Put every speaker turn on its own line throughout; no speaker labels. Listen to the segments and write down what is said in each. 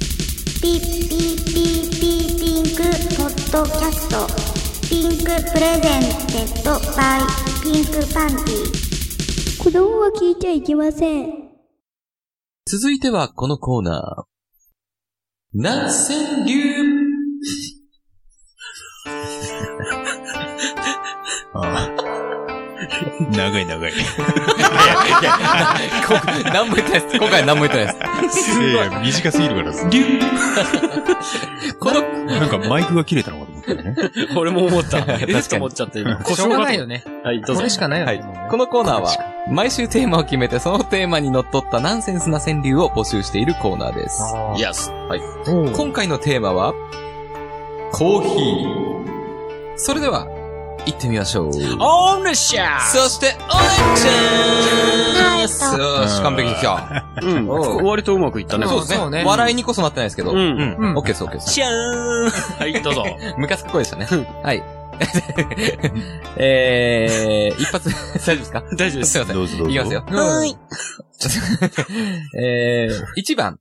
ピッピッピッピッピンクポッドキャストピンクプレゼンテッドバイピンクパンティ子供は聞いちゃいけません
続いてはこのコーナー。南千流
ああ長い 長い。
何も言ってないです。今回何も言ってないです
いや、短すぎるからさ。
す。この、
なんかマイクが切れたのかと思ったよね。
俺も思った。
かに
えっと思っちゃって。故
しょう
障
が
が
な
ないい
よ
よ。
ね。
はい、どう
こ
ぞ
れ。しかないよね。
はいこのコーナーは、毎週テーマを決めて、そのテーマにのっとったナンセンスな川柳を募集しているコーナーです。
あー
イエス。
今回のテーマは、コーヒー。それでは、行ってみましょう。
オールシャー
そして、お願いします
ナイス
よし、完璧に来た。
うん。
うん
割とうまくいったね。
そうです
そ
ね
うね
笑いにこそなってないですけど。
う
オッ
ん。
うん。
ケーです、オッケーです。
シャーンはい、どうぞ。
ムカつく声でしたね。 はい。えー、一発、大丈夫ですか
大丈夫です
すいません。
どうぞどうぞ。
いきますよ。。
はい。
えー、1番。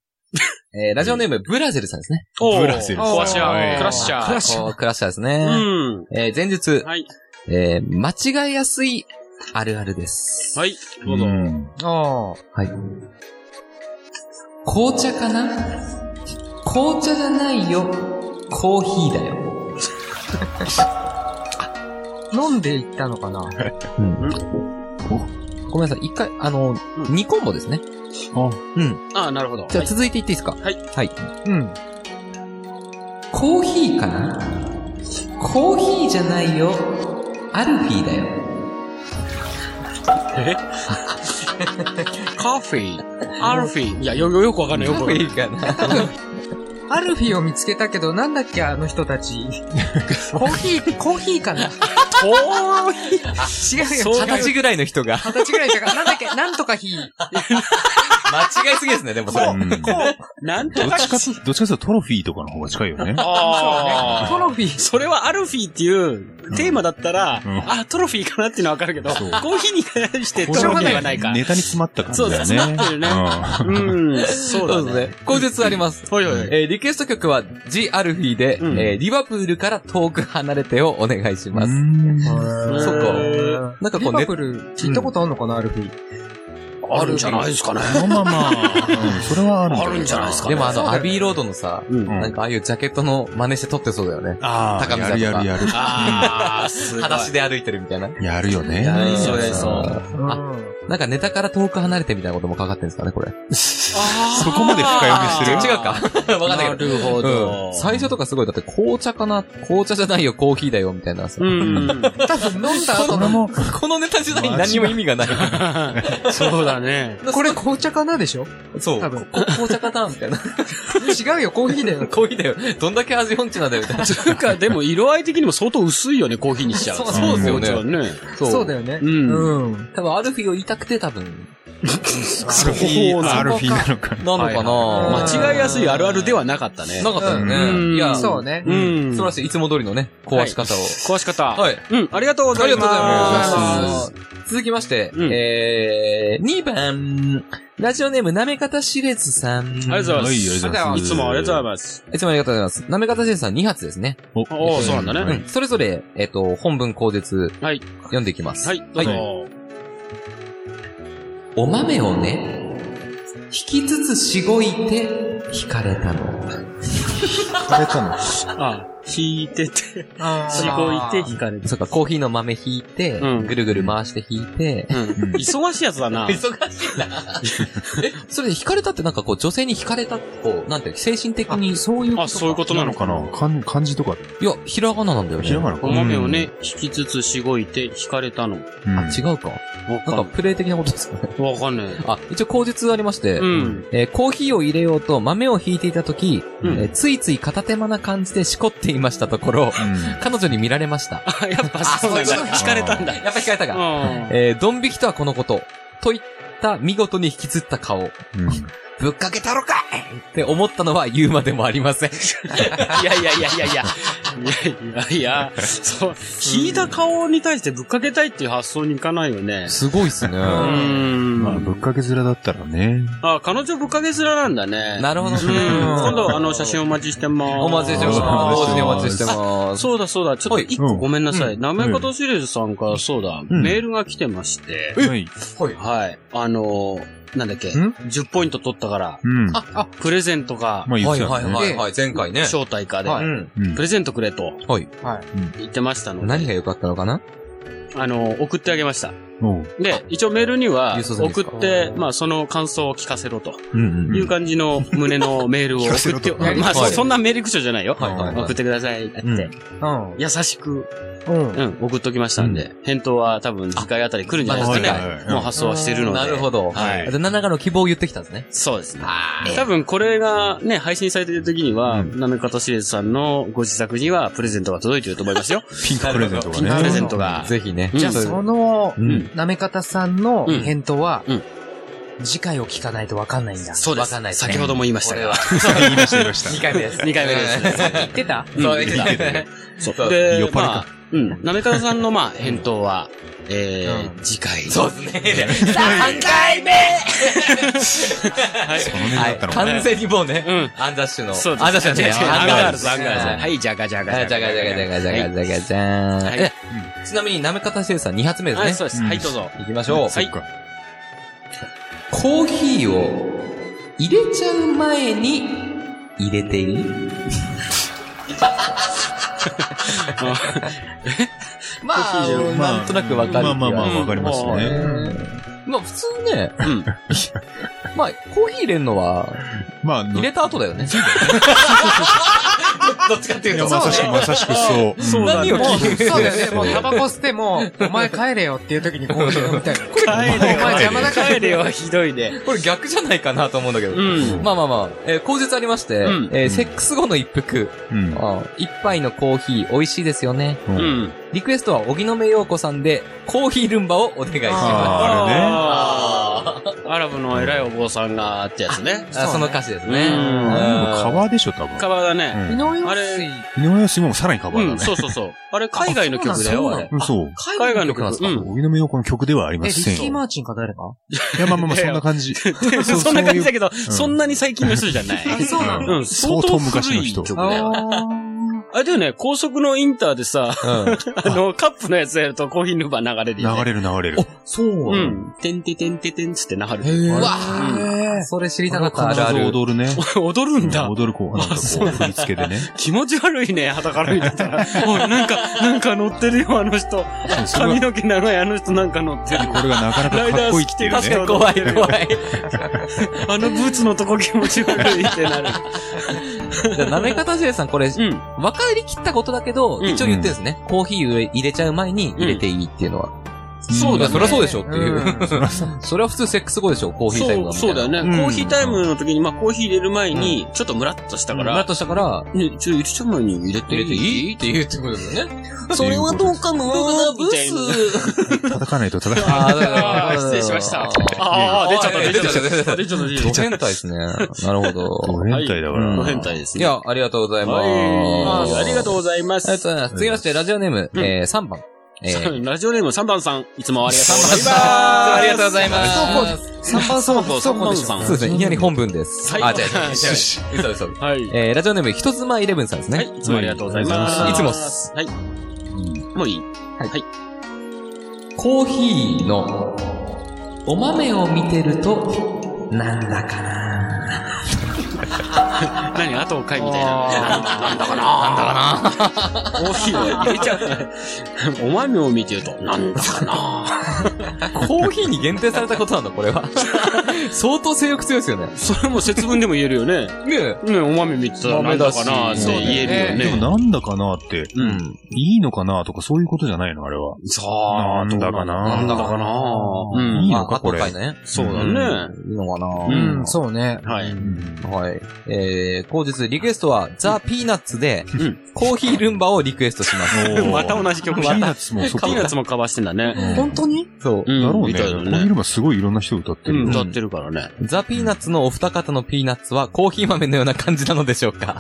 えー、ラジオネーム、ブラゼルさんですね。
おー
ブラゼル
コアシャ
は
ー。
い
クラッシャー。
クラッシ
こうクラッシャーですね。
うん。
えー、前日、
はい。
えー、間違いやすいあるあるです。
はい、ど
う
うぞ。
ん。
あ
はい。紅茶かな紅茶じゃないよ。コーヒーだ よ。
あ。飲んでいったのかな
うん。ごめんなさい。一回、あの、
うん
二コンボですね。
あ
うん。
あ、なるほど。
じゃ
は
あ
い
続いていっていいですか
はい。
はい。
うん。
コーヒーかなコーヒーじゃないよ。アルフィーだよ。
カフィー、アルフィー。いや、よ、よよくわかんない。よくわかんない。
ーかな
アルフィーを見つけたけど、なんだっけ、あの人たち。コーヒー、コーヒーかな
おー
違う
そう
よ。
二十歳ぐらいの人が。
二十歳ぐらいだから、なんだっけ、なんとかヒー。
間違いすぎですね、でもそれ。
うんどっちか
なんと
ど
か
っちかというとトロフィーとかの方が近いよね。
あ
ト
ー
ロフィー。
それはアルフィーっていうテーマだったら、
うん
あ、トロフィーかなっていうのはわかるけど、コ
そう
ーヒーに関してト
これ
ロ
は
フィ
ね
ーはないか。
ネタに詰まった感じだよね。
そう詰まってるね
うん
うん、そう
そ
だ
うで
ね。
すね。後日あります。
ほいほい。
えーリクエスト曲は G アルフィーで、
うん
えーリバプールから遠く離れてをお願いします。
そ
そっか
う
なんか
リ
こう
バ
ね
プ、ル、聞いたことあんのかな、アルフィー。
あるんじゃないですかね。
まあまあまあ、うんそれはある
あるんじゃないですか
で
ね。
もあ
そう
の、
だよ
ア
ね
ビーロードのさ、
うん
ん
なんかああいうジャケットの真似して撮ってそうだよね。
あ
高
あ、
見沢
や
と
る
か
やるやる。
あー、 すごい。
裸足で歩いてるみたいな。
やるよね。
やりそう
やり
そう
うん。
あなんかネタから遠く離れてみたいなこともかかってるんですかね、これ。
あー
そこまで深読みしてる
違うか わかんないけど。
るほ
うん。最初とかすごい、だって紅茶かな紅茶じゃないよ、コーヒーだよ、みたいなさ。
うん。
多分飲んだ後
それ
の、
も、
このネタ自体に何にも意味がない。
そうだね。
これ紅茶かなでしょ
そう。
多分
こ紅茶かなみたいな。
違うよ、コーヒーだよ。
コーヒーだよ。 どんだけ味音痴なんだよ、みたいな。
なんか、でも色合い的にも相当薄いよね、コーヒーにしちゃう。
そう
そうです
ね
よ
もちろんね。
そうだよね。
うん
うん。
多分、アルフィーを言いたくて、多分。
アルフィ
そう
ー、
なんだ
アルフィーなのか。
なのか
はいはい
な
間違いやすいあるあるではなかったね。
なかったよ
うん
ね。いや、素
そうね。
うん。
晴らしい。いつも通りのね、壊し方を。
壊し方。
はい。
うん、ありがとうございま
ありがとう
す。
ございま
います。
す。続きまして、
うん
えー、2番、ラジオネーム、なめかたしれずさん。あり
ありがとうございます
はい、ありがとうございます。
いつもありがとうございます。
いつもありがとうございます。なめかたしれずさん2発ですね。
お
おーそうなんだね
う
は
ん。それぞれ、えっと、本文後日、
はい。
読んでいきます。
はい、どうぞ。
お豆をね、引きつつしごいて、引かれたの。
疲れたの。
あ、引いてて、
あー
しごいて引かれて。
そっか、コーヒーの豆引いて、
うん
ぐるぐる回して引いて、
ん
忙しいやつだ な。
忙しいな。 え、それで惹かれたってなんかこう、女性に惹かれたってこう、なんていうの精神的に。そういう
あ、そういうことな
な
の
の
か
か
な
な。漢漢字とか、
いや、ひらがななんだよね。
ひらがなか
お豆をね、引きつつしごいて引かれたの。
うん
あ、違うか。
わ
なん
か
か
んな
プレイ的なことですかね。
い。わかんない。
あ、一応口述ありまして、
うん。
えーコーヒーを入れようと豆を引いていたとき、
うん
えーついつい片手間な感じでしこっていましたところ、
うん
彼女に見られました。
あ、 やっぱそうなんだ。
あそういうこと
引かれたんだ。
やっぱ引かれたか。
うん。
えードン引きとはこのこと。といった見事に引きずった顔。
うん
ぶっ かけたろかいって思ったのは言うまでもありません。
いやいやいやいやいや。いやいや、そう、聞いた顔に対してぶっかけたいっていう発想にいかないよね。
すごいっすね。
う
あ
ん。
まあ、ぶっかけ面だったらね。
あ、彼女ぶっかけ面なんだね。
なるほどね
うん今度、あの、写真お待ちしてます。
お待ちしてます。
あ
同時にお待ちしてます。
そうだそうだ、ちょっと
はい
一個ごめんなさい。
うん
なめことシリーズさんからそうだ、
ん
メールが来てまして、
はい。
はい。あのーなんだっけ、
ん
10ポイント取ったから、
うん。ま
プレゼントか、
あ、言っ
は
て
い
た
はい
よね。
はいはい。前回ね。
招待かで、
は
うん。
うん
プレゼントくれと
はい。
言ってましたので、
何が良かったのかな
あのー送ってあげました。
おう
で、一応メールには、
郵送済みです
送
か
って、まあ、その感想を聞かせろと
うん
いう感じの胸のメールを
聞かせ
送
ろ
っ
と
て、まあ、そ
はい
そんなメール口調じゃないよ。
はいはいはい
送ってくださいって、
うん
うん。
優しく、
うん。
うん、送っときましたんで、返答は多分次回あたり来るんじゃないです
あま
だ
か
次
ね。
回
もう発送はしてるので。
なるほど。
はい
あと、何らかの希望を言ってきたんですね。
そうですね。多分これがね、配信されてる時には、なめかとしれずさんのご自宅にはプレゼントが届いてると思いますよ。
ピンクプレゼントが
ピンクプレ
ね。
ゼントが。
ぜひね。
うん
じゃあ、その
う、ん。
なめかたさんの
うん
返答は
うん、
次回を聞かないとわかんないんだ。
そうで
わ
す。
かんないですね
先ほども言いましたが。
言いました、言いました。
2回目です。
2回目ですね。
言ってた
うん
そう、
言
2
っ
回
て
目。
そう
そう
で
酔っ払いか
まあうん。なめかたさんの、まあ、返答は、えー次回。
そうですね。3回目
そのネタ
は
だ
い。
ったのかな
完全にもう
う
ね、アンダッシュの。
そうです
アンダッシュじゃない
違う違う
アンガールズ。
アンガールズ。は
はい。
い、じゃがじゃが
じゃがじゃがじゃがじゃがじゃがじゃがじゃ
はい
ーんえ。ちなみに、なめかたせいさん2発目
はい、
です
そう
ね。
です。はい、どうぞ。
いきましょう。
はい。
コーヒーを入れちゃう前に入れていいまあ、
まあ
なんとなくわかる気が。
まあまあまあわかりますね
まあ普通ね、
うん。
まあコーヒー入れるのは
まあ、
入れた後だ よね。どっちかって
いやまさしく、まさしくそう。
そうだ
何を
もう、
聞いて
そうだよね。
そう
もう、タバコ吸っても、お前帰れよっていう時にこういうのみたいな。これ、お前邪魔だから。
帰れよ、ひどいで。
これ逆じゃないかなと思うんだけど。
うん。
まあまあまあ、えー口述ありまして、
うん
えー
うん
セックス後の一服、
うん。
あー一杯のコーヒー美味しいですよね。
う。
うんん。
リクエストは、荻野目洋子さんで、コーヒールンバをお願いしま
あれね。
あれね。アラブの偉いお坊さんがってやつね。
す。あその歌詞です
う
ね。
ん
うん
川でしょ、多分。
カバーだね。
うん
あれ、
井上義もさらにカバ
う
ーだ
ん、
ね。
そうそうそう。あれ、海外の曲だよ、あれ。
うんそう。
海外の曲
なんですか
うん
荻野目洋子の曲ではありま
え、リ
せ
ッ
ん
キー・
よ。
マーチンか誰か
いや、まあまあまあ、
いやい
そ
や
んな感じ。そう
そんな
そ
感じだ
ういう
けど、そんなに最近の人じゃない。
そうな
うん、相当古い曲だよ。あ、でもね、高速のインターでさ、
うん。
あの、カップのやつやるとコーヒーヌーバー流れるよ、ね。
流れる流れる。
そう
う
うん。
ん。てんててんててんつって流れる。
うわ
へ
ーそれ知りたかった。あ
必
るあ
ず
る。
踊るね。
踊るんだ。
踊る子なんかこう、振り付けでね。
気持ち悪いね、裸から見てたら。おい、なんか、なんか乗ってるよ、あの人。髪の毛長い、あの人なんか乗ってる。
これがなかなかかっこいいっていう
ライダース着てる
ね。
怖い怖 い。
あのブーツのとこ気持ち悪いってなる。
じゃあ、なめかたしれさん、これ、
うん。
分かりきったことだけど、
うん
一応言ってるんですね。コーヒー入れちゃう前に入れていいっていうのは。
そうだね
そりゃそうでしょっていうう。それは普通セックス後でしょ、コーヒータイム
そ
が
う、
みたいな。
そうだよね。
うん
コーヒータイムの時に、まあ、コーヒー入れる前に、ちょっとムラっとした
だ
か
から、
ら、
としたから、
ね、ちょ、入れちゃう前に入れて
入れていいっていうってことですよね。それはどうかな
ブ
ブス。
叩かないと 叩かない。
あーだから
あー失礼しました。ああー、出ちゃった、出ちゃった、出ちゃった、出ちゃった出ちゃ
ド
った。
変態ですね。なるほ
ド
ど。
変態だか
うん
ら。
ご変態です
い
ね。
や、ありがとうございます。
はい。ありがとう
う
ございま
ありが
す
とう。ございます。続きまして、ラジオネーム、
うん
えー、3番。えー、
ラジオネーム3番さん、いつもありがとうございます。
ありがとうございます。
3番
そうそう
そ
そ
う
う
でしょ
そう
そうですね、いきなり本文です。
はい
あ、違う違う違う違う。嘘嘘。
はい。
えー、ラジオネーム、人妻イレブンさんですね。
はい、いつもありがとうございます。
いつもっす。
はい。もういい
コーヒーのお豆を見てる と、なんだかな
何後を買いみたいな。なんだかななんだかなコーヒーを入れちゃう。 お豆を見てると、なんだかな
コーヒーに限定されたことなんだ、これは。相当性欲強いですよね。
それも節分でも言えるよね。
ねえ。
ねお豆見てたらなんだかなって言える
で
よね。
もなんだかなって、
うん。
いいのかなとかそういうことじゃないのあれは。
さ
な
あ、
んだか
なんだ
な
かなう
いい
ん。
のか
まあ
これ
後回ね。
そうだね。
いいのかな
う
うん、そうね。
は
う
い。
ん
はい。えー、後日、リクエストは、ザ・ピーナッツで、
ん
コーヒールンバをリクエストします。
おー
また同じ曲
ピ
だ。
ー
ピ
ナッツもそっか。
ーナッツもカバーしてんだね。
うん
本当に
そうう。
ん。
だろうね。
みたい
こ
だ
れ見
ね
れ。ばすごいいろんな人歌って
う
る
ん、
よ。
歌ってるからね。
ザ・ピーナッツのお二方のピーナッツは、コーヒー豆のような感じなのでしょうか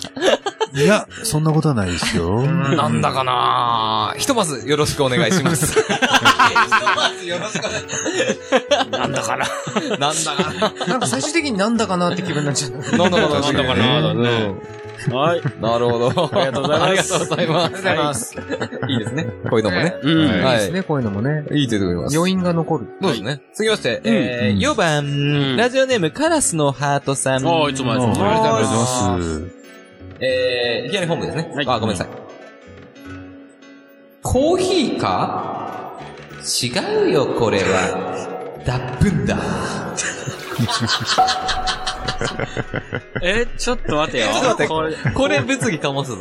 いや、そんなことはないですよ。
なんだかなひとまずよろしくお願いし ます。
なんだかな。
なんだかな
なんか最終的になんだかなって気分になっちゃった。
なんだかななんだかな
だね。
はい。
なるほど。ありがとうございます。ありがとうございます。
ありがとうございます。
いいですね。こういうのもね。
うん。
いい
は
です
い。
ね、こういうのもね。
いいと思います。
余韻が残る。
そうですね。次まして、え
うん
ー、4
ん
番、ラジオネーム、カラスのハートさん。
ああ、いつもありがとうござい
あ
ま
り
す。
がとうございます。
えー、いきなり本部ですね。
はい
あ、ごめんなさい。
コーヒーか違うよ、これは。だっぷんだ。
え、ちょっと待てよ。
ちょっと
これ、
これ物議かもすぞ。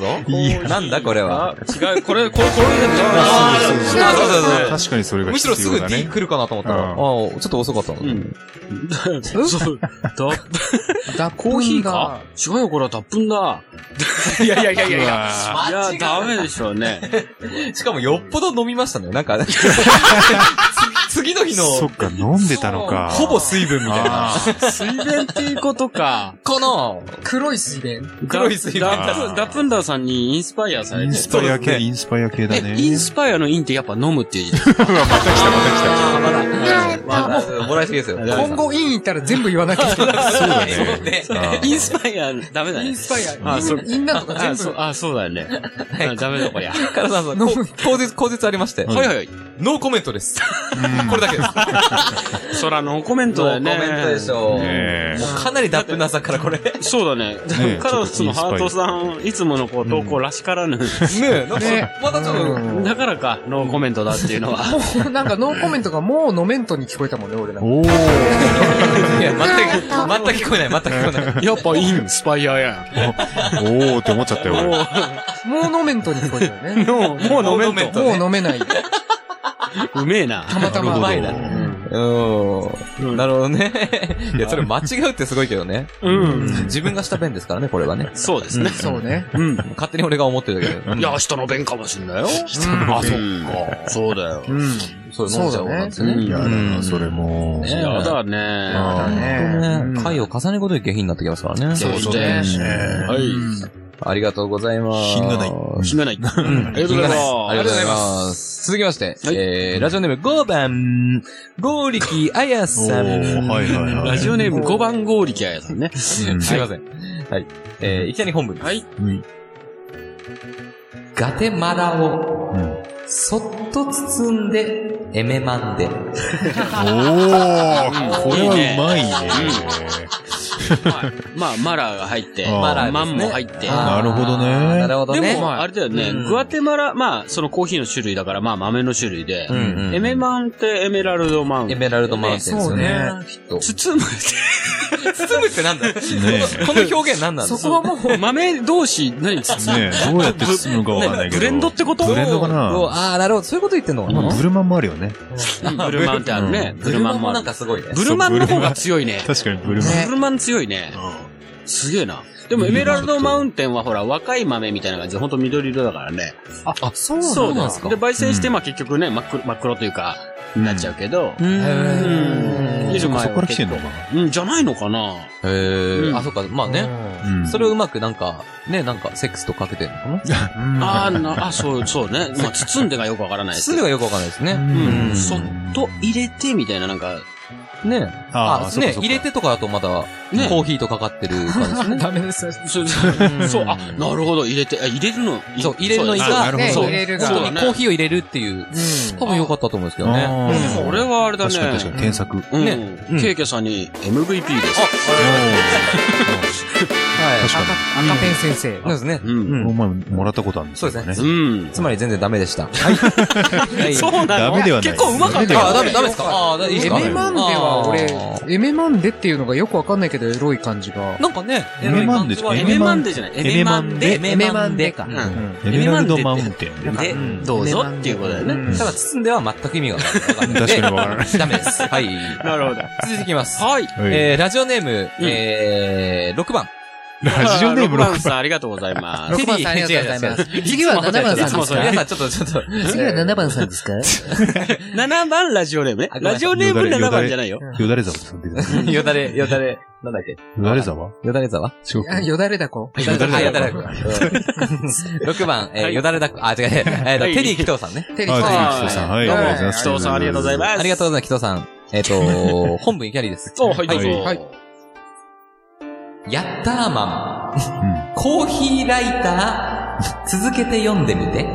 なんだこれは。
あ、違う、これ、これ、これじゃない。
そうそうそうそう
確かにそれが
むしろ
必
す
要
ぐ
だ
D
ね。
来るかなと思ったら、
うん
ああ、ちょっと遅かったな。
うん。そう、だ、
だ、
コーヒーか違うよ、これは脱粉だ。いやいやいやいやいや。
うわ
いや、ダメでしょうね。
しかもよっぽど飲みましたね。なん か、次の日の、
そっか、飲んでたのか。
ほぼ水分みたいな。
あー
水田っていうことか。
かな
黒い水田
黒い水田
ダダダプンダーさんにインスパイアさ
イ
れ
ン
て。
スパイア
そうで
系、
すね
インスパイア系だね
え、。インスパイアのインってやっぱ飲むっていう字。
あまだ、
ま
まだ、もらいすぎですよ。
今後イン行ったら全部言わなきゃ いけない。
そうだ
そう
ね。
ね。
インスパイア、ダメだ
イ
ね
ン。スパイア。
あそう
インナーとか
あ、
全
そう
部。、
あ、そうだよね。あダメだこりゃ。は
カラさんさん、こ口述、口述ありまして。
いはいはい。
ノーコメントです。これだけです。
そら、ノーコメント
ノ
だ
ー
よ
コ
ね。
メントでしょう。も
ねえ
うかなりダップなさからこれ。ね
そうだね
ねえ。
カラスのハートさん、いつものこう、投稿らしからぬ。
え、なんか
ね
またちょっと、
だからか、ノーコメントだっていうのは。
もう なんかノーコメントがもうノメントに聞こえたもんね、俺なんか。
おー。
いや、全く、全く聞こえない、全く聞こえない。
やっぱ インスパイアやん。
おーって思っちゃったよ、俺。
もうノメントに聞こえたよ ね。
もう、もう飲めんと。
もう飲めない。
うめえな。
たまたま。
なるほどうん。なるほどね。いや、それ間違うってすごいけどね。
うん。
自分がした弁ですからね、これはね。
そうですね。
そうね。
うん。
勝手に俺が思ってるだけど。
いや、明日の弁かもしんないよ。あ、そっか。そうだよ。
うん。
そう飲んじゃおうなんてね。
うん
やだな、それも。
ねやだね。
だね。
ね回を重ねることで下品になってきますからね。
そうそうね。はい。
ありがとうございます。
品がない
死なない。ありがとうござ
あり
い
がとうござい
ま
ます。続きまして、
はい
えー、ラジオネーム5番、剛力あや
お
さん。
ー、はいはい
す。
はい。
ラジオネーム5番ゴーリキャヤさんね。
うん
すいません。はい。えー、いきなり本文です。
はい。
うん
ガテマラを
うん
そっと包んで、エメマンで。
おー、これはうまいね。
まあ、マラーが入って、
あーマラーですね
マンも入って。
あー
なるほどね
なるほど
で
ね。
も、あれだよね、
うん
グアテマラ、まあ、そのコーヒーの種類だから、まあ、豆の種類で、
うんうん
エメマンってエメラルドマウン
エ
テン。
メラルドマウンテンですよね。きっと。
包むっ
包むってなん だこ
ね
の表現なんなん
そ
です
こはもう、
て、豆同士、何包む
ねえ、どうやって包むかわかんないけど。
ブレンドってこと
ブレンドかな
ああ、なるほど。そういうこと言ってんのかな
まあブルマンもあるよね。
ブルマンってあるね。
ブ
ブ
ル
ル
マ
マ
ン
ン
も
も
な
あ
ん
る
か。すごいね。
ブルマンの方が強いね。
確かにブルマン。
ブルマン強いね。すげえな。でも、エメラルドマウンテンはほら、若い豆みたいな感じで、ほんと緑色だからね。
あ、そう
そう
なん
だ
ですか
で、焙煎して、まあ結局ね、真っ黒、真っ黒というか、なっちゃうけど。
う
うん。
ーん。
見る
そ
前
こか
は
ら来て
結
ん
構
のか
うん、じゃないのかな
へー
うん
あ、そっか。まあね。
なうん。
それをうまくなんか、ね、なんかセックスとかけてるのかな
ああ、な、あ、そう、そうね。まあ、包んでがよくわからないです
包んでがよくわかん ないですね。
うん
うん
そっと入れて、みたいな、なんか、
ね。
あ
あ
あ、、そっか
ね、
そっか
入れてとかだとまだ、
ね
コーヒーとかかってる感じ ですね。
ダメです。
そう、そうそう、
うん
あ、なるほど、入れて、あ、入れるの、
そう入れるのいい
そ
か
うだ
なる
ね、
そ
ほ
う
ど
入。れる
本当
が。
にコーヒーを入れるっていう、多分良かったと思うんですけどね。
あ
うん
ー
これはあれだね。
確かに確かに、添削。
うん。
ねうん
ケイケさんに MVP です。
はい。
確
赤ペン先生。
そうですね。
うん
おーお前もらったことあるんですよ
そうで
ね
す
う。ん。
つまり全然ダメでした。 はい。
そう
う
なの
ダメではない。
結構うまかったよ。
あ、ダメ、ダメですかあー、いいで
エ
すか
メマンデは
あ
俺、エメマンデっていうのがよくわかんないけど、エロい感じが。
なんかね、
エメマンデ
エロい感
エ
じは
メマンデじゃない。
エメマンデ
エメマンデか。
うん
エメラルドマウンテン。
で、
どうぞっていうことだよね。
ただ包んでは全く意味がわからない。
確かにわからない
でダメです。はい。
なるほど。
続いていきます。
はい。
はい
えー、ラジオネーム、
うん
えー、6番。
ラジオネーム
6番
6
さん、
番。
ありがとうございます。
6番さんありがとうございます。次は7番さん
いつも
です
そう
か皆
やね
さんちょっと、ちょっと。
次は7番さんですか
7番ラジオネームね。
めんなさい
ラジオネーム7番じゃない よ。
よだれ沢って呼んでください。
よだれ、よだれ、なんだっけ
よだれ沢
よだれ沢
四国。
よだれだこ。
よだれだこ
あよだれだこ。6 番、えーよだれだこ。あ、違う違う。えっと、
はい
テリー紀藤さんね。テ
リー紀藤さんはいテリー紀藤さんはいありがとうございます
紀藤さん、ありがとうございます。
ありがとう
う。
ございます、紀藤さん。えっと、本文キャリーです。
お、はい、どうぞ。
は
ヤッターマ
うん
ン。コーヒーライター、続けて読んでみて。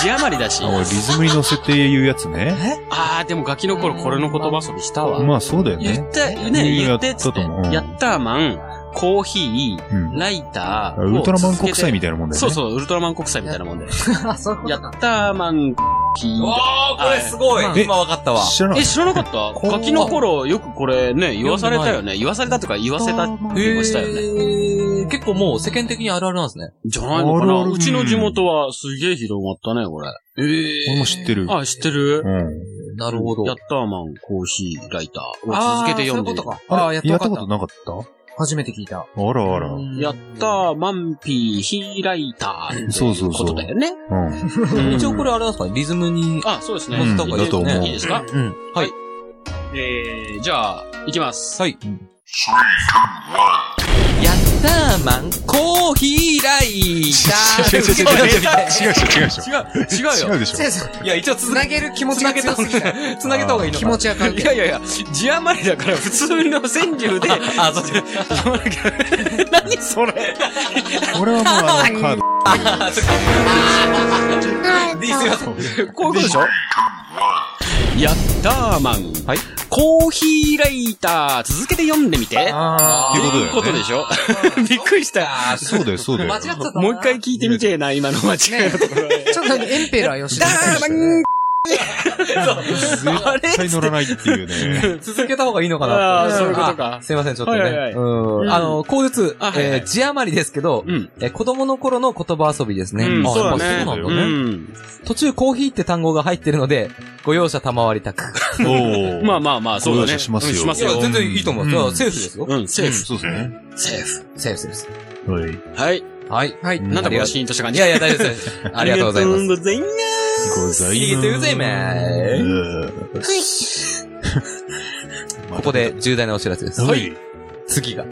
字余りだし。
あリズムに乗せて言うやつね。
あー、でもガキの頃これの言葉遊びしたわ。
まあそうだよ
言
ね。
った、ね、言ってっつっ
やったと
て
思うう。ん
やったーマン、コーヒー、
うん。
ライター。
ウルトラマン国際みたいなもんだよね。
そうそう、ウルトラマン国際みたいなもんで。
あ、そう
やったーマン、ヒー。
おー、これすごい
はい。
今わかったわ。
知らない
え、。知らなかったガキの頃よくこれね、言わされたよね。言わされたとか言わせたって言いましたよね。
ね。結構もう世間的にあるあるなんですね。
じゃないのか
あるあ
な
る
うちの地元はすげえ広まったね、これ。
俺も知ってる。
あ、知ってる
うん。
なるほど
ヤッ。ターマン、コーヒー、ライターを続けて読んで
あーそういうこと。
る
か。あ
あ
あー、
れ
やっ
や
と分
ったこ
か
と
っ
なかった
た。初めて聞いた。
あらあら。うん。
ヤッターマンピー、ヒーライターって
そう
い
そう
う
そ
こ
う
とだよね。 うん
一応これあれなんですかリズムに。
あ、そうですね。
うんだと思う
いいですか
うん。
えー、じゃあ、いきます。
はい。やったーマン、コーヒーライター。
違う違う違う違う違う違う 違う違う。
違
違うでしょ。
いや、一応つなげる気持ちが強すぎた。つなげた方がいいの
気持ちは関
い
係
や
ない。
いやいや、字余りだから普通の川柳で、
あ、そうです。
何それ
俺はもうあのカード。
で、すいません。
こういうことでしょヤッターマン。コーヒーライター、続けて読んでみて。
あ
と
ー
いうことでしょびっくりした。
そうだよそうだよ。
もう一回聞いてみてえな、今の間違いのところ。
ちょっとなんかエンペラー吉田
ダーマンそうあれ
絶対乗らないっていうね。
続けた方がいいのか
あ
な
あ、
って
そういうことか
あ。すいません、ちょっとね。
はいはいはい
うん。あの、口述
あ、はいはい
えー字余りですけど、
うん。
えー子供の頃の言葉遊びですね。
うん
あ
そう
や
だ
っぱ
ね。
そうなんだね。途中コーヒーって単語が入ってるので、ご容赦賜りたく。
お
う
お。
ん まあまあまあ、そうだ
ご容
ね。
赦しますよ
うんしますよ。
全然いいと思う。
うん
だからセーフですよ。
うん、セーフ。
そうですね。
セーフ。
セーフセーフセー
はい。
はい。
フ。はい。はい。
なんだこ
ありが
れ、
と
シーンとした感
うい
じ。
やいや、大丈夫です大丈夫です。ありがとうございます。
ありがとうございます。
ござ
い
い
ま
ますす。
ここで重大なお知らせです。
は。い。
次が、
は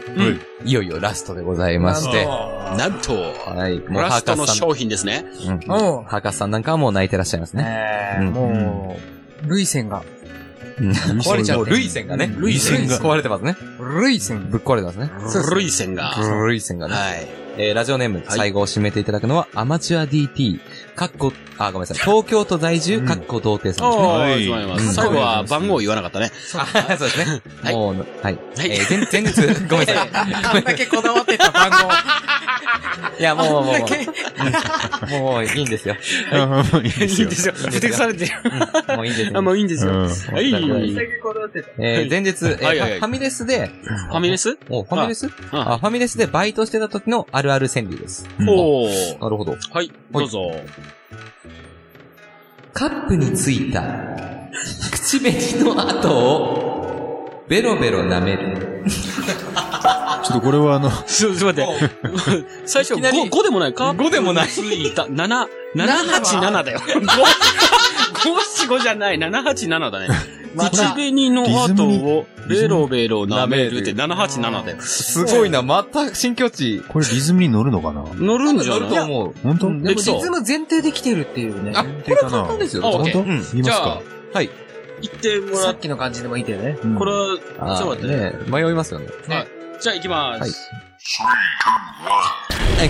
い。
いよいよラストでございまして。
なんと、
はい。もう、
ラ
ハ
ス
ーカ
トの
スさん。
商品ですね。
うん
おう
ハーカスさんなんかはもう泣いてらっしゃいますね。
え
う
ー
ん
もう、涙腺が。
うん壊れちゃって。
もう涙
線がね。
涙腺が
壊れてますね。
涙腺。
ぶっ壊れてますね。
ルイセンが。
涙腺がね。
はい。
えー、ラジオネーム、最後を締めていただくのは、アマチュア DT、かっこ、あ、ごめんなさい、東京都在住、かっこ童貞さんですね。
お
はい
ー、そうなんで
うん
す最後は番号を言わなかったね。
あそうですね。
はい
もう、はい。
はい
えー、前、前日、ごめんなさい。
あんだけこだわってた番号。
いや、もう、もう、 もう、もう、いいんですよ。
あーまあい いですよ。
よ。
不適さ
れてる。
もういいんです
あ、
よ。
もういいんですよ。
うん
はい。フ
えー、前日、えー
はいはいはい
ファミレスで、
ァミレス
お、ファミレス
あ
あ、ファミレスでバイトしてた時のあるある川柳です。
おー。
なるほど。
はい、どうぞ。
カップについた、口紅の跡を、ベロベロ舐める。
ちょっとこれはあの、
ちょ、ちょっと待って。 最初
いきなり
5、5でもないか
5でもない
ついた。7、787だよ。575じゃない。787だね。口紅の跡をベロベロ舐めるって787だよ。
すごいな、また新境地。
これリズムに乗るのかな
乗るんじゃ
乗ると
ない
思う。
本当
できそう
リズ。ム前提で来てるっていうね。
あ、これは簡単ですよ。
あオッ
本
ケ
当
ー
うん。言い
じ
ま
ゃ
す
あ
か。
はい。
行ってもら
さ
っ
っきの感じでもいいけどね。
うん
これは、
あー
ちょっと待って
ね迷いますよね。
じゃあ行きます。
あ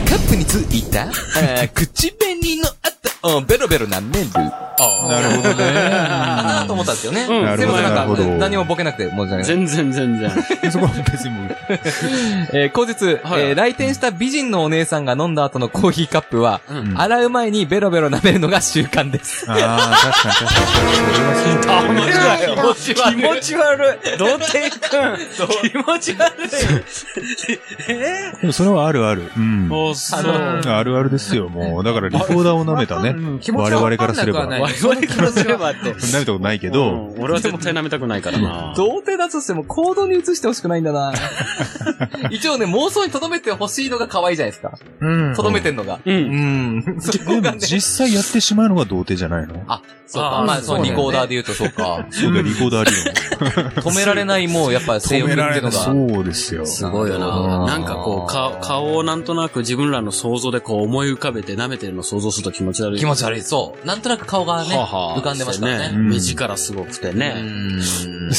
カップについた、あ 口紅の跡をベロベロ舐める。
なるほ
か
ど
な
ね。
と思ったんですよね。
うんな
るほど
でもなんか
なるほど
何もボケなくて、申し訳ない。
全然全然。
そこは別にもう、
えー後日、
はい
えー来店した美人のお姉さんが飲んだ後のコーヒーカップは、
うん
洗う前にベロベロ舐めるのが習慣です。
ああ、確かに確かに。
ダメだよ。気持ち悪い。童貞くん。気持ち悪い。
でもそれはあるある。うん。
おっそう。
あるあるですよ、もう。だからリコーダーを舐めたね。
うん気持
我
ちは
々からすれば。
わかんなくは
舐め
我々からすればって。
たことないけ
う
ど、
ん俺は絶対舐めたくないからな。
童貞だとしても行動に移してほしくないんだな 一応ね、妄想に留めてほしいのが可愛いじゃないですか。
うん。
留めてんのが。
うん。
ん。そこ
で
が
も
ね。
実際やってしまうのが童貞じゃないの
あ、そう
あ
か。
ー
まあ、そ
そう
の
だよ
リ
ね
コーダーで言うとそうか。
そうだ、リコーダー理論。
止められない、もう、やっぱ性欲っていうのが。
そうですよ。
すごいよな。
な
な
るほど
んかこう、か顔をなんとなく自分らの想像でこう思い浮かべて舐めてるのを想像すると気持ち悪い。
気持ち悪い。そう。なんとなく顔がね、
はは
浮かんでましたね。
うん
目力すごくて
う
ね。
ーん。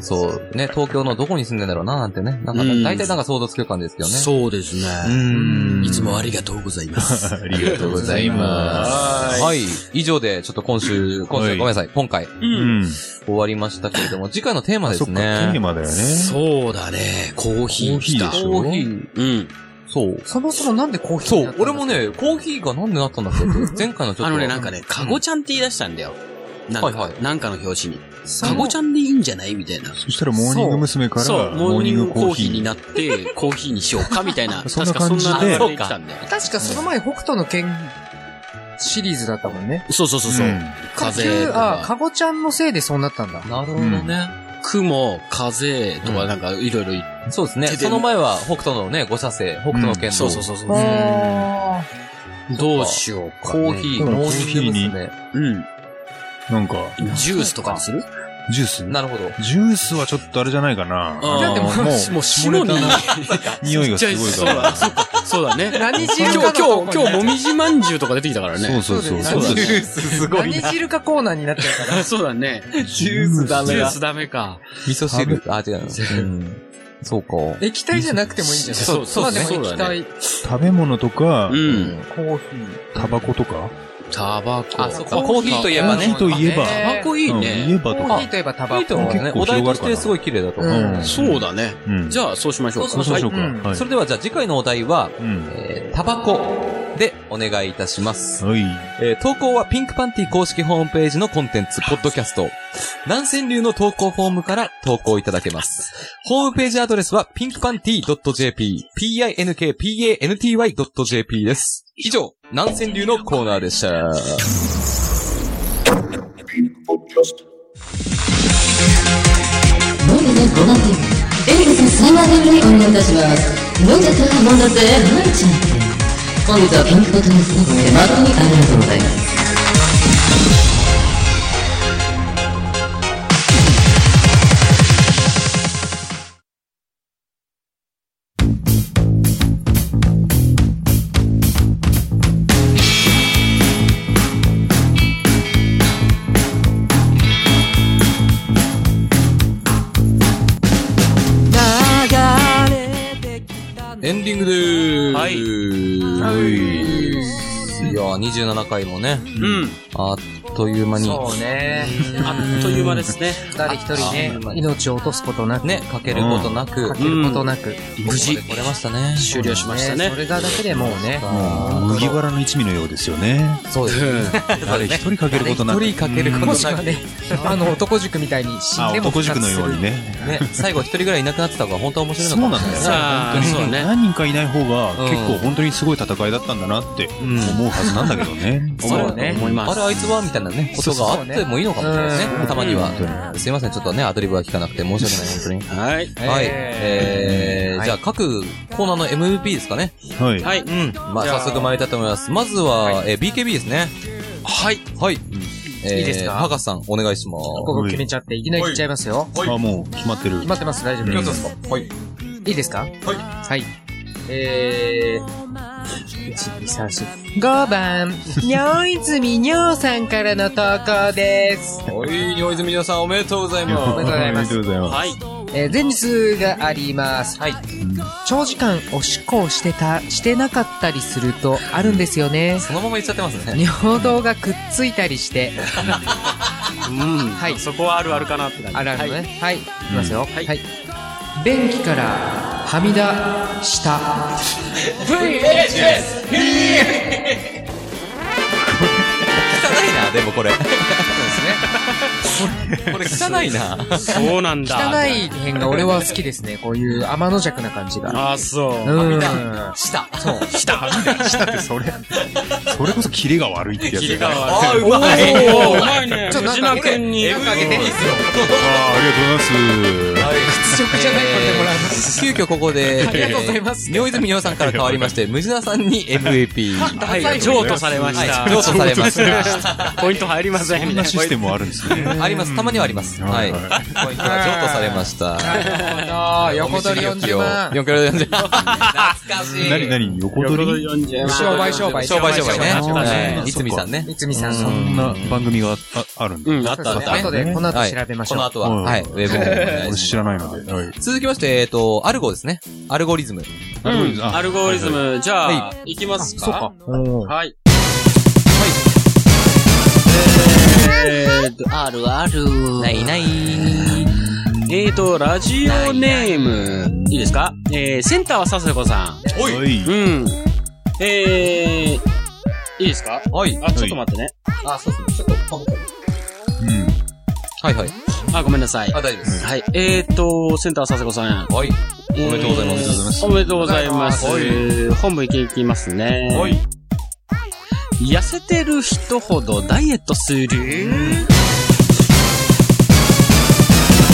そう。ね、東京のどこに住んでんだろうな、なんてね。なんか、
うん
大体なんか想像つく感じですけどね。
そうですね。
ん。
いつもありがとうございます。
ありがとうございます
はい。以上で、ちょっと今週、今週、
はい
ごめんなさい、今回、
う。
す。うんん。
終わりましたけれども、次回のテーマ
あ、
で
そ
す
っか、テー
ね。
マだよね。
そうだね。コーヒー来た。
コーヒーでしょ
コーヒー。
うん。
そう。
そもそもなんでコーヒー
そ
にな
う
っ。たん
俺
だ
もね、コーヒーがなんでなったんだっけ前回のちょっと。
あのね、なんかね、カゴちゃんって言い出したんだよ。なんか、
はいはい
なんかの表紙に。
その、
カゴちゃんでいいんじゃないみたいな。
そしたら、モーニング娘。か
そ
ら、
う、モ
モー
ー
ニ
ニン
ン
グ
グ
コ
コ
ー
ー
ヒ
ヒ
ーに
ー。
なって、コーヒーにしようかみたいな。
そんな
確かそん
感
な
じで
流れで来たんだよ。
確かその前北斗の剣シリーズだったもんね。
そうそうそうそう。
うん
風と
あ、
か、
かごちゃんのせいでそうなったんだ。
なるほどね。
雲、風とかなんかいろいろ言っ
そうですね。
手で
その前は、北斗のね、五射精、北斗の剣
て。
道。
そうそうそうそう。
あ
どうしようか、ね。
コーヒー、
うん
モーニング娘。
うん。
なんか、
ジュースとかにする
ジュース
なるほど。
ジュースはちょっとあれじゃないかな。
あー
だってもう
もう下ネタの匂いがすごい
そう
から。
だ、そうか、そうだ
あ。
ね。
何
今
汁
日、
かのと
今日、今日、もみじまんじゅうとか出てきたから
そ
ね
う。そうそう。
そう
そうだ
だね
ね
スす
何汁かコーナーになってるから。
そうだね。
ジュースダ
ジ
メ
ュー
だ。
スダメか。
味噌汁。あ、違う。うんそうか。
液体じゃなくてもいいんじゃない
そうそう
まあでも
そう
液
だね
体、
食べ物とか
う、ん。
コーヒー。
タバコとか
タバコ。
あ、そうか。コーヒーといえば
コー
ね
ヒー。といえば
あ
タバコいい
うん
ね。
言えばと
コー
か
ヒ。ーといえばタ
コー
バ
ヒーと
コ。
もね
結、構
お題として
広がるかな
すごい綺麗だと思う。
うん
そうだね。
うん
じゃあ、そうしましょうか。
そうしましょう
か
はい
それでは、じゃあ次回のお題は、
うん。
えータバコでお願いいたします。
はい。
えー投稿はピンクパンティ公式ホームページのコンテンツ、ポッドキャスト。南千流の投稿フォームから投稿いただけます。ホームページアドレスは pinkpanty.jp、pinkpanty.jp です。以上、南千流のコーナーでした。
飲んで5万点エルス3万点でお願いいたします飲んじゃった飲んだぜ飲んじゃって本日はピンクボトルスープで誠にありがとうございます
エンディングでーす。
はい
はい。いやー、27回もね、
うん。
あっという間に、
そうね。
あっという間ですね。
二人一人ね
あ、
命を落とすことなく、
ね、かけることなく、
かけることなく、
無事
ここまで来れましたね。
終了しましたね
そ。れがだけでもうね、
もう麦わらの一味のようですよね。
そうです。
誰一 人かけることなく。
一人かけること
も
な
しくは
く。
ね、あの、男塾みたいに死ん
あ、
でも
男
復
塾
活
の
す
よう
る
に。ね。
ね、最後一人ぐらいいなくなってた方が本当は面白いのかもしれない。
そうなんだよね
さあ、そうね。
何人かいない方が
うん
結構本当にすごい戦いだったんだなって
ん
思うはずなんだけどね。
そう
思
だ
う
ね
ね。思いま
あ
す。
れあいつはみたいなね、ことがあってもいいのかもしれないですね。たまには。すいません、ちょっとね、アドリブは聞かなくて申し訳ない、本
はい。
当に。はい。えー、
はい
じゃあ各コーナーの MVP ですかね。
はい。
はい。
うん。まあ
じゃあ
早速参りたいと思います。まずは、えー BKB ですね。
はい。
はい。
いいですか
ハガさん、お願いしま
ここ決めちゃって、いきなり言っちゃいますよ。
あ、もう決まってる。
決まってます、大丈夫
決まって
です。いいですかはい。はい。えー、1、2、3、4。5番、にょういずみにょうさんからの投稿です。
す。おい、尿泉皆さんおめでとうござい
おめ でとうございます
おめでとうございます。
はい。
えー前日があります。はい。長時間おしっこをしてた、してなかったりするとあるんですよね。
そのまま言っちゃってますね。
尿道がくっついたりして、
うん。
はい
そこはあるあるかなって感じ。
あるあるのね。はい。いきますよ。
はい
はい。便器からはみ出した。
汚いな、でもこれ。これ汚いな。
そうなんだ。
汚い辺が俺は好きですね。こういう天の弱な感じが。
ああ、そう。
うん。
した。
だってそれ、それこそキレが悪いってやつ
切
だ
り
よね。
替わ
あ
る。
ーうまい
おーうまいね。
ちょっと
藤
なん
間
か
く
ね
んに。
かけていいっすよ。
あーありがとうございます。
屈辱じゃないこれでもらう の。
急遽ここで、
ありがとうございます
えー明泉洋さんから変わりまして、ムジナさんに MVP。
はい、譲渡されまし
は
た。
い、譲渡されました。
ポイント入りませ
こん
ん
な。システムあるんですね。
あります。たまにはあります。はい。ポイントは譲渡されました。
なるほど。横取り40万。
4キロ40万。
懐かしい。
何何横取り
商売商売。
商売商売ね。
商売商売
はいいつみさんね。
いつみさん。
そんな番組があああるんだ。
うん、あったあっ
ね
た。
後で、この後
はい
調べまし
こ
ょう。
の後は、はい、ウェブでお願い
俺
し
知
ま
らないので。はい。
す。続きまして、えっと、アルゴですね。アルゴリズム。
うん、アルゴリズム。じゃ
は
あ、いきますか。
うん
はい。えーっと、
あるある。
ないない。
えーと、ラジオネーム、いいですかえー、センターは笹子さ
おい
ん。うん。えー、いいですか
はい。
あ、ちょっと待ってね。
あ、そうそう。ちょっと、
うん。
はいはい。
あ、ごめんなさい。
あ、大
は
丈夫です。
い。えーと、センター笹子さん。
はい。
おめ
でとうございます
おめでとうございます。
おめでとうご
本部いきますね。
はい。
痩せてる人ほどダイエットする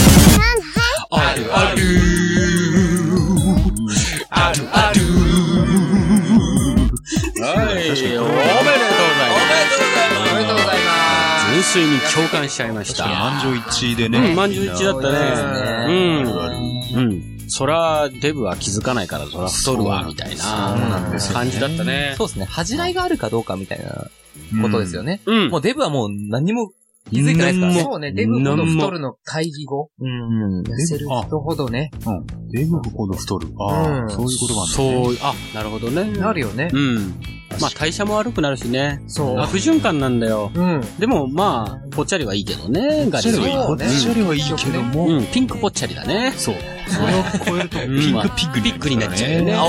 あるあるあるあるはい、おめでとうござい
おめでとうございま
ます。純粋に共感しちゃいました。
満場一致で
う
ね。
ん、満場一致だったね。うん。うん。そら、デブは気づかなすから、そら太るわ、みたいな感じだったね。
そうですね。恥じらいがあるかどうかみたいな
うん
ことですよね。
うん。
もうデブはもう何も気づいてないですから
す。
ね。
そうね、デブほど太るの会議後。うん。痩せる人ほどね。
デブほど太る。あ
うん
あ、そういうことなんだね。
そう、あ、なるほどね。
なるよね。
うん。まあ代謝も悪くなるしね。
そう。
悪循環なんだよ。
うん。
でもまあ、ぽっちゃりはいいけどね、ガ
シ
リ
ャレ
は
はいい。
そ
こ
うね
っちよりはいいけども。
うん、ピンクぽっちゃりだね。
そう。それを超えると、ピンクピッグ
ピックになっちゃうよ
ね
ね。
あ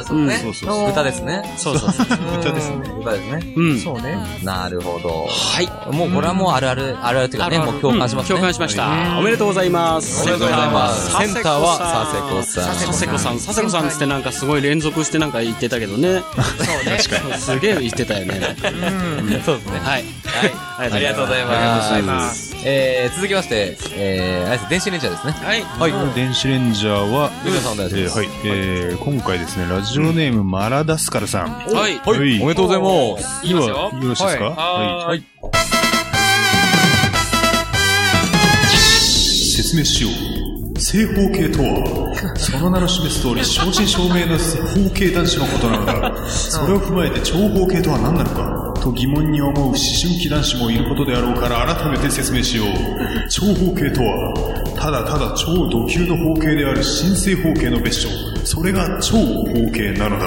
あ、そうね。
そうそうそう。
豚ですね。
そうそうそう。
豚ですね。
豚ですね。
うん。
そうね。
なるほど。
はい。
もうこれはもうあるある、あるあるというかね、もう共感しますね。
共感しまし
はい
た。おめでとうございます。
おめでとうございます。センターは
佐世
佐世
子
子
ん。
さん。
佐世子さん、佐世子さんつってなんかすごい連続してなんか言ってたけどね。そうね。すげえ言ってたよね。
そうですね。
はい。
はい。ありがとうございます。えー、続きまして、えー、あれです電子レンジャーですね。
はい。
はい。
電子レンジャーは、
ゆうたさんお願いし
えー
ます
はい、えー今回ですね、ラジオネーム、マラダスカルさん。
はい。
はい
おめでとうございます。
いきますよ
よろしいですか
は
はい。説明しよう。正方形とは、その名の示す通り、正真正銘の正方形男子のことなのだ。それを踏まえて、長方形とは何なのか、と疑問に思う思春期男子もいることであろうから改めて説明しよう。長方形とは、ただただ超土級の方形である新正方形の別称。それが超方形なのだ。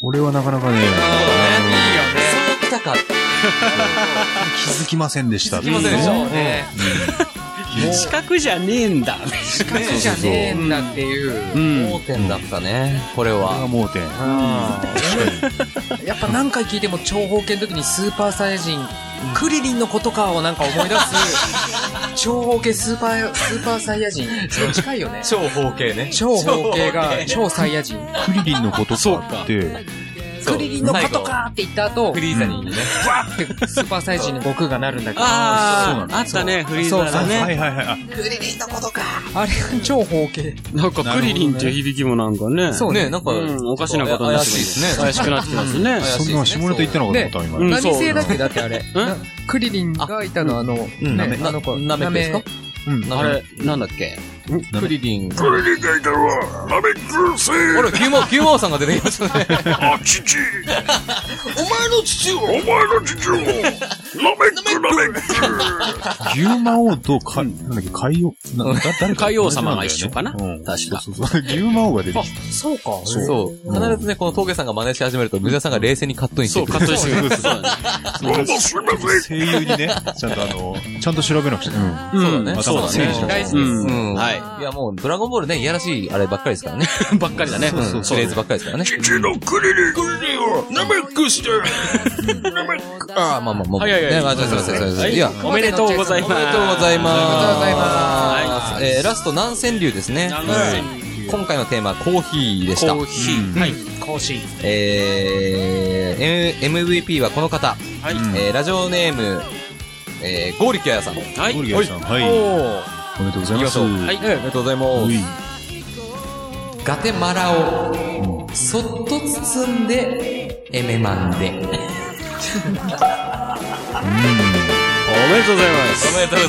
これはなかなかね、
そう来たか。
気づきませんでした。
いきませんでしょ。
ね。
四角じゃねえんだ。
そうじゃねえんだっていう。
うん。
盲点だったね、これ
これが
は。
盲点。
やっぱ何回聞いても長方形の時にスーパーサイヤ人、クリリンのことかをなんか思い出す、長方形スーパー、スーパーサイヤ人。それ近いよね。
超方形ね。
長方形が超サイヤ人。
クリリンのこと
そう
か
か
って、
そう
クリリンのことかーって言った後、
フリーザにね。
バーってスーパーサイヤ人の悟空がなるんだけど、
ああ、あったね、フリーザーだ
は
ね。
いはいはい。あ
あれが超方形。
なんかクリリンっていう響きもなんかね。
そう
ね、なんか、
うん、おかしなことになっ
怪
て
しいですね。
怪しくなってきますね。
怪しい
そんな下ネタ言ったのかと思ったわ今。
うん
何
そう
製だっけだってあれ。なクリリンがいたのはあの、
うん
ね
な
あの子、
なめですか
うん。
あれ、なんだっけ
クリリン。クリリンがいたのは、ナメクルセあら、キューマオさんが出てきましたね。
牛魔王とか、なんだっけ、海王、なだ誰か
海王様が一緒かな
うん
確か
そうそうそう牛魔王が出てきて。
そうか。
そう。必ずね、この峠さんが真似し始めると、ムジャさんが冷静にカットインして
そう、
く
カ
る。
ットしてくる。
声優にね、ちゃんとあの、ちゃんと調べなくちゃ。うん
うん
ね
頭
そう
が
だ
整理し
ね。
なくちゃ
大事
う
です。
うん
ん。はい。
はい。いや、もう、ドラゴンボールね、いやらしいあればっかりですからね。
ばっかりだね。
うん
そう
フ
そう
レーズばっかりですからね。
手のくれれくれれを、なめくして。
ああ、まあまあ、もう。
はいはいはい
ね、まあ、すいません、すいません。いや、
おめでとうございます。
おめでとうございます。。
おめでとうございます
えー、ラスト、南千流ですね。
南
はい今回のテーマ、コーヒーでした
コ。ーヒー。はい。コーヒー。
えー、M- MVP はこの方。
はい。
えー、ラジオネーム、えー、ゴーリキャヤさん。あ
は
ゴリ
い。
ラさん、はい。おめでとうございます。
はい
りがとうございま
うい
すガテマラをそっと包んでエメマンで
おめでとうございま
す。
す。
おめでとうございます。
う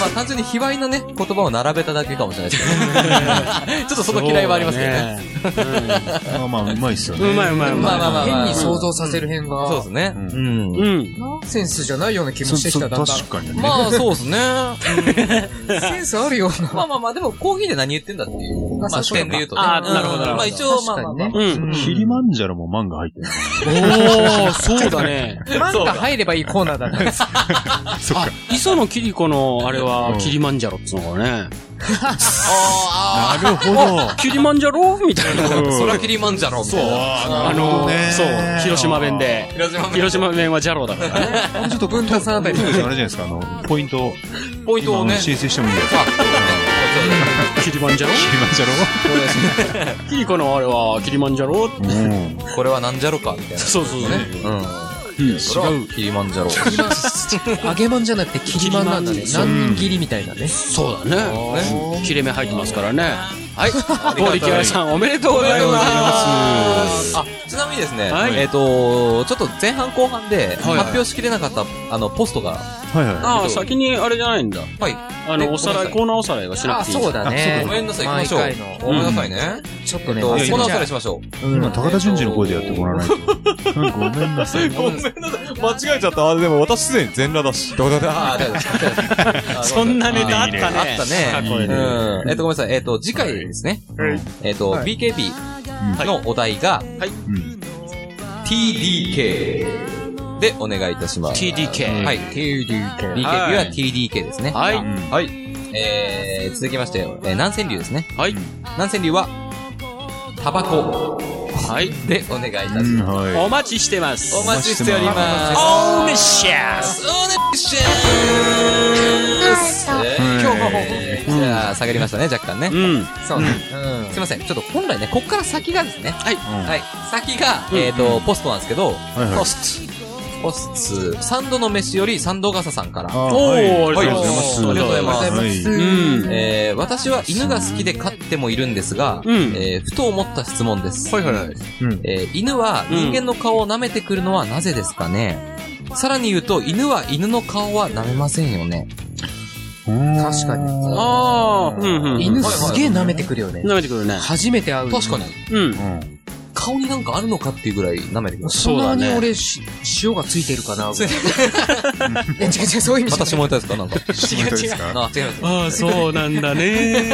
まあ、単純に卑猥なね、言葉を並べただけかもしれないですけど ね。ちょっとその嫌いはありますけどね。
んまあまあ、うまいっすよ
う
ね。
まいうまいう
まあまあ
ま
まあまあ。
変に想像させる辺が、
そうですね。
う
うん
い。うん。
ナンセンスじゃないような気も
そ
してき
そ
た、だんだん。
確かにね。
まあ、そうですね。
センスあるような。
まあまあまあ、でも、コーヒーで何言ってんだっていう。まあ、視点で言うとね。
あーなるほどなるほど
まあ、一応、まあ
確
ま
か
あ
に
まあ
ね。
うん。
キリマンジャロもマンが入ってる。
おー、そうだね。
マンが入ればいいコーナーだったんです。
そっか。
磯野キリコの、あれ
う
は
ん、
キリマンジャロっつうのがね。
なるほど。
キリマンジャロみたいな。
そらキリマンジャロみたいな。
あ
あ
の、そう、広島弁。で。広島弁はジャロだからね。
あーちょっと文化さんあたり。あれじゃないですか、あの、ポイント、
ポイントを
今
ね。
申請してもいいです
あ
か
そうだね
キリマンジャロ
キリマンジャ
キリコのあれは、キリマンジャロ
ロ
これはなんじゃろかみたいな。
そうそうそう。
うん。違う。キリマンジャロ。
揚げまんじゃなくて切りまんなんだね。
切りまん
何人切りみたいなね。
そうだね。切れ目入ってますからね。はい。
がたい
ゴーリキュアさん、おめでとうございます。
あ、ちなみにですね、
はい
えっと、ちょっと前半後半で
はい
発表しきれなかった、あの、ポストが、
はいはい。
ああ、先にあれじゃないんだ。
はい。
あ
え
の、おさ
ごめんなさ
らい、
い
コーナーおさらいはしな
あ、
くていい。
そうだね。
ごめんなさい、行きましょう
毎回。の
ごめんなさいね。
ちょっと
えっ
ね、
と、コーナーおさらい
あ
しましょ う。
今、高田純次の声でやってもらわないと。 ごめんなさい。
ごめんなさい。
間違えちゃった。あ、でも私すでに全裸だし。どうだだ。
あー、大丈夫です
そんなネタあったね。
あったね
過去に
いいね
うん。えっと、ごめんなさい。えっと、次回ですね。えっと、BKB のお題が、TDK でお願いいたします。
TDK
はい。TDK。BKB は TDK ですね。
はい
はい。えー、続きまして、えー南千流ですね。
はい。
南千流は、タバコ
はい。
でお願いいたし
う
ます。
ん、は
お待ちしてます。
お待ちしております。
オーメシャス
お願いします
あ
え
い。
ー
今
えーじゃあ、下がりましたね、若干ね。
うん。
そうね。うん。すいません。ちょっと本来ね、こっから先がですね。はい。はい。先が、えっと、ポストなんですけど、
はいはい
ポスト。ポスト。サンドの飯よりサンドガサさんから。
あー
おー
はい
ありが
はい
とうござい
ありがとうございます。
りがとうございます。
は
うん。
えー、私は犬が好きで飼ってもいるんですが、
うん
えー、ふと思った質問です。
はいはいはい。
えー、犬は
う
人
ん
間の顔を舐めてくるのはなぜですかね、さらに言うと、犬は犬の顔は舐めませんよね。
確かに。
ああ、うんうん。
犬すげえ舐めてくるよね。
舐めてくるね。
初めて会う。
確かに。。
うん。
顔になんかあるのかっていうぐらい舐めてきます。
そんなに
そうだね
俺し、塩がついてるかな。 え違う違う、そういう意味じゃない
私もいたですかなんか。
違うですか
あ、違います。
ああ、そうなんだね。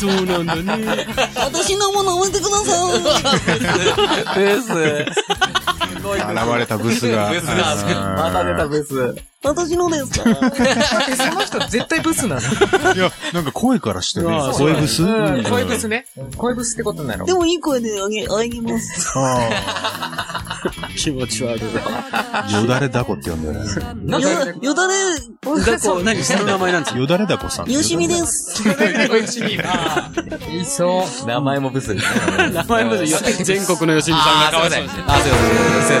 そうなんだね。
私のもの置いてください
現れた ブスが。
ブスが
また出たブ
私のですか
えその人絶対ブスなの。
ス。いや、なんか声からしてね
あー。
声ブス
うん恋ブスね。恋ブスってことなの。
もいい声 であげ、あげます。
あ
気持ち悪い。
あ。よだれだこって呼んでる。
なんか、
よだれ、
だこ、何下の名前なんですか
よだれだこさん。
です。
いそう。
名前もブスですね。
名前まで言って全国のよしみさんがかわいそうにしてる
あ、すいません。すいません。すい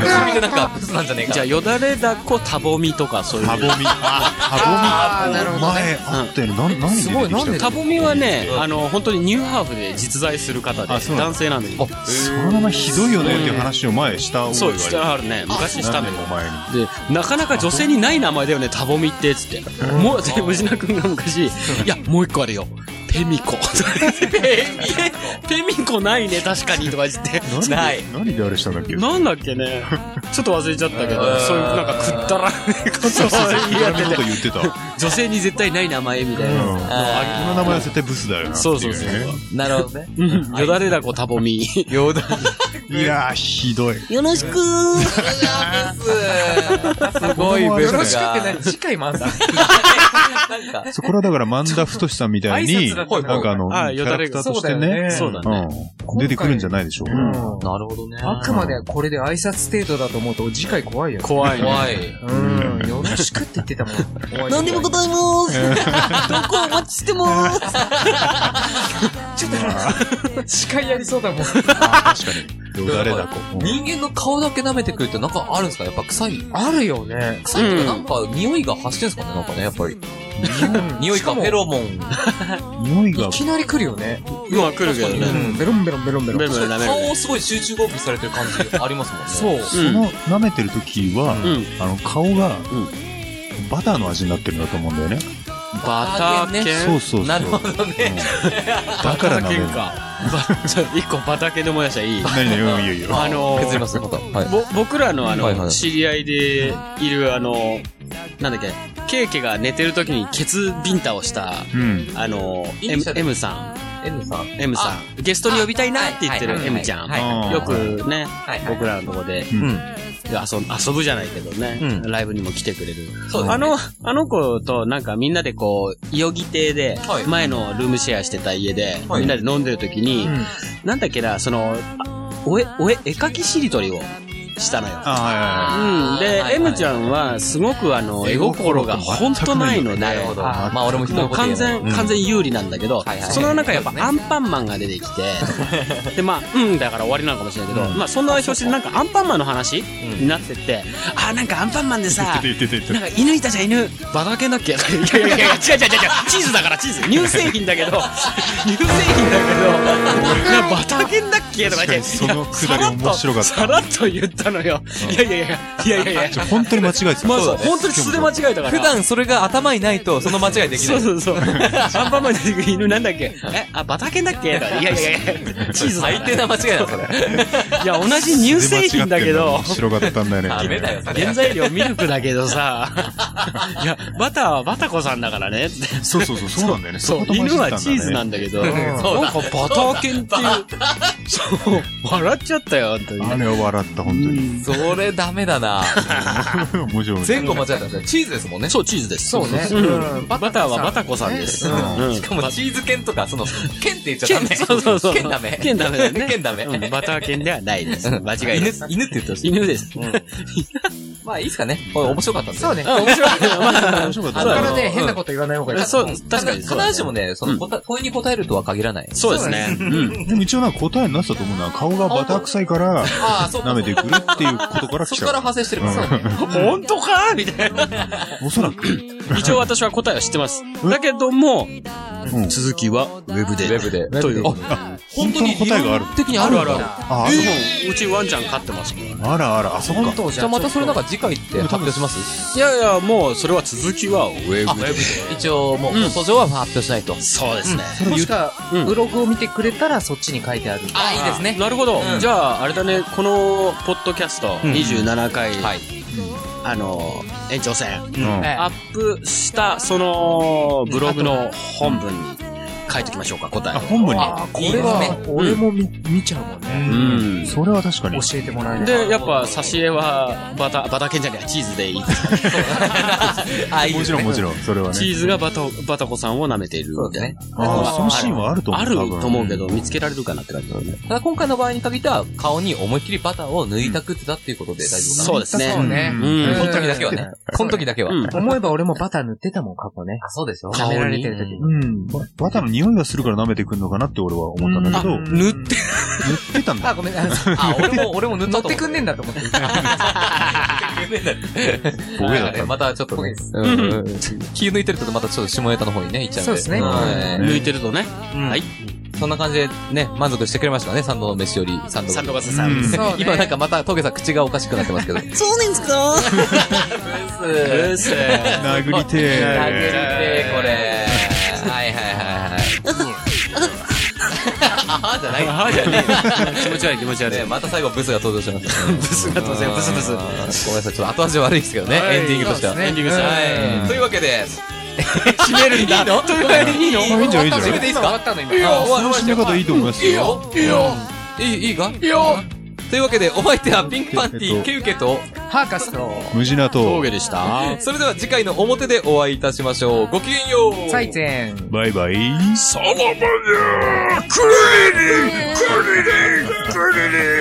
ません。君ってなんかブスなんじゃねえか。
じゃあ、よだれだこ、たぼみとかそう
タボ
い
ミ。
う。
あ、タボミ。前、あったよね。なん、何
すご
出てきた
いなんで
の
だ
たぼみはね、あの、本当にニューハーフで実在する方で、
あそうなんだ
男性なんです。
その名前ひどいよねっていう話を前した覚え
そう、
が
し
ある
たあるね。昔した
何
のよ
年も前に。
で、なかなか女性にない名前だよね、タボミって、つって。もう、で、藤名くんが昔、いや、もう一個あるよ。ペミコ。 ペミ、ペミコないね、確かに、とか言って。
何で何であれしたんだっけ
なんだっけね。ちょっと忘れちゃったけど、そういう、なんかくったらねえことを
嫌
や
な
って
こと
て。
言ってた。うん。こ
女性に絶対ない名前みたいな。
の名前は絶対ブスだよな。
そうそうそう
っていね。
なるほどね。
うんよだれだこタボミ。
よだ
いやー、ひどい。
よろしく
ブス。すごいブスが。
よろしくってない。次回もあんだ。
なんか、
そうこれはだから、万田太さんみたいに、
挨拶だ
な
った
ん
のかな
かあの、キ
あ
ャ
よだ
ラ
れ
クタ
が
ーとしてね、
そう
だね
うん出てくるんじゃないでしょうか。
なるほどね。
あくまでこれで挨拶程度だと思うと、次回怖いよ。
怖いね。
怖い。
うん。よろしくって言ってたもん。
何でもございます。どこお待ちしてます。
ちょっと、 司会やりそうだもん。
よだれだこ。
人間の顔だけ舐めてくるってなんかあるんですかやっぱ臭い。
あるよね。
臭いっていうかなんか匂いが発してんすかねなんかね、やっぱり。匂いかフェロモン。
匂いが
い、きなり来るよね。
まあ来るけど
う
ね。
ベロンベロンベロンベロ
ベロ
ン。
ベロ舐めるね
顔をすごい集中合金されてる感じありますもんね。そう。
その舐めてる時は、
うん
あの顔が、
ん
バターの味になってるんだと思うんだよね。
バター犬
そうそうそう。
なるほどね。
だから舐 める。
バちょ一個畑で思い出したらいい。
何々、うん、いいよいいよ。
あのー
削りますね、また。はい。
ぼ僕らのあの、
はいはい
知り合いでいるあの、なんだっけ、ケーケが寝てる時にケツビンタをした、
うん。
あの、
イニ
M,
シャル
M さ
N さん。
ん、M さん、ゲストに呼びたいなって言って
あ
る
はい
M ちゃん。
はいはい
はい
よくね、
はいはい
僕らのとこで
うん
うん。
遊ぶ遊ぶじゃないけどね、
うん
ライブにも来てくれる。
そうですね
あの、あの子となんかみんなでこう、代々木亭で
はい、
前のルームシェアしてた家で、
はい
みんなで飲んでる時に、なんだっけな、その、あおえ、おえ、絵描きしりとりをしたのよ。
あ
うん。で、
はいはい
M ちゃんは、すごくあの、絵心が本当ないので、
なるほど。
あ
まあ俺も人
も
の
う
こと言
完
えない
全、完全有利なんだけど
はいは、い
その中やっぱアンパンマンが出てきて、で、まあ、うんだから終わりなのかもしれないけど、まあ、そんな表紙でなんかアンパンマンの話になってって、あ、なんかアンパンマンで
あ
さ
はいはい。、言ってた言ってた
なん
言って
か犬いたじゃん犬。バカ犬だっけいやいやいや、違う違う違う違う、チーズだからチーズ。乳製品だけど、 乳製品だけど、なんかバタ犬だっけと
確
か言って、
かにそのくだり面白かった
さらっとさらっと言ったのよ。いやいやいや、いやいやいや
た。ちょ。本当に間違えてた。
まあ、そう本当に素で間違えたから。
普段それが頭にないとその間違いでき
そ
な
う
い。
そうそう。アンパンマン出てくる犬なんだっけえ、あ、バタケンだっけとかいやいやいや、チーズだ
最低な間違いだ、それ。
いや、同じ乳製品だけど
面、白か ったんだよね。
ダメだよ、それ。
原材料ミルクだけど さ、いや、バターはバタコさんだからね、って
そうそうそう、そうなんだよね。
そう、
こ
犬
と間違えてたんだね
はチーズなんだけ
ん
ど、
そうだ
なんかバター犬っていう、そう、 笑っちゃったよ、本当に。
あれは笑った、本
それダメだ な。
当に。 面白い。
前後間違えたんですよ。チーズですもんね。
そう、チーズです。
そうね。
うん。
うん
バターはバタコさんです。
うん
うん
しかもチーズ犬とか、その、犬って言っちゃダメ。
剣、そうそうそう。
剣ダメ。
剣ダメだよね。
剣ダメ。
うんバター剣ではないです。間違いです。
犬って言ってほしい。
犬です。
まあいいっすかね。これ面白かったんで。
そうね。
あ面白い。まあ
面白か
あ
った
のか
ね。
らね、変なこと言わない方がいい。
そう、確
確
か
か
に
に。必
そうだね。
ずしもね、その、問いに答えるとは限らない。
そうですね。うん。
でも一応なんか答えになってたと思うのは、顔がバター臭いから、
ああ、そう
舐めてくるっていうことから
そ
来
こか
ち
ら
ゃ
派生してるから。そうね
本当かみたいな。
う。おそらく。
一応私は答えは知ってます。だけども、
うん
続きはウェブで。
ウェブで。
という。
あ、本当の答えがある。
的にあるあるあ
あ、あ
うちワンちゃん飼ってますもん。い
そうあらあら、あ、そっか。
る。じゃあまたそれなんか次回って発表します
やいや、もうそれは続きはウェブで。
一応、もう放送上は発表しないと。
そうですね。
もしか
うん、
ブログを見てくれたらそっちに書いてある。
あ、いいですね。
なるほど。じゃあ、あれだね、この、ポッドキャスト、27回、
はい。
あの、延長戦、
うん
ええ
アップした、その、ブログの本文に書いときましょうか、答
あ、
えを。
本部に。
あ、こ
これ
れは、
は、俺も見見ちゃうもん
う
ね。
ん。
それは確かに。
教えてもらえない。
で、やっぱ、挿絵は、バタ、バタケンじゃねえや、チーズでいい。
あ、いい
も
で
ち
す
ろん
ね。
もちろん、それは
チ
ね。
ーズがバタ、バタコさんを舐めているみたいな。
ああ、そのシーンはあると思う。
ある
多分
と思うけど、見つけられるかなって感じだね。
ただ今回の場合に限っては、顔に思いっきりバターを塗りたくってたっていうことで大丈夫かな。
そうですね。
そうね。
うん
この時だけはね。この時だけは。
うん
思えば俺もバター塗ってたもん、過去ね。
あ、そうでしょ
舐められてる時に。うん。
ババターの匂いがするから舐めてくんのかなって俺は思ったんだけど、塗
塗って。
ってたん だ。
あ、ごめん。あの
あ、俺 も、俺も塗った
乗っ
と
て
思う
くんねえんだと思って。
ボケだっ
はい
た。
またちょっとね、
ん
うんうん気抜いてるとまたちょっと下ネタの方にね、行っちゃうんで。
そうですね
はい
抜いてるとね。はい。
そんな感じでね、満足してくれましたかね、サンドの飯より、サンド
サンド
が。
バスさん。
そうね
今なんかまた、トゲさん口がおかしくなってますけど。
そうなんですか
うっせー
殴りて
殴り
え。
てー、これ。はいはいはいはい。あはじゃない。あはじゃね
気持ち悪い気持ち悪い
え。。また最後ブスが登場しました。
ブスが当然、ブスブス。
ごめんなさい、ちょっと後味悪いですけどね、
はい
エンディングとしては。
エンディングさ。
はい。というわけで、
締めるん だ。というわけでいいの
いいんじゃんいいんじゃ
始
ん
めていいですか終わったの今。
その締め方いいと思いますよ。
いいよ。いいよ。いい、いいかいいよ。というわけで、お相手はピンクパンティ
えっ
ー、
と
ケウケと、
ハーカスと、
無事なと、
峠でした。
それでは次回の表でお会いいたしましょう。ごきげんよう
サイゼン。
バイバイ。
さらばだクリリンクリリンクリリン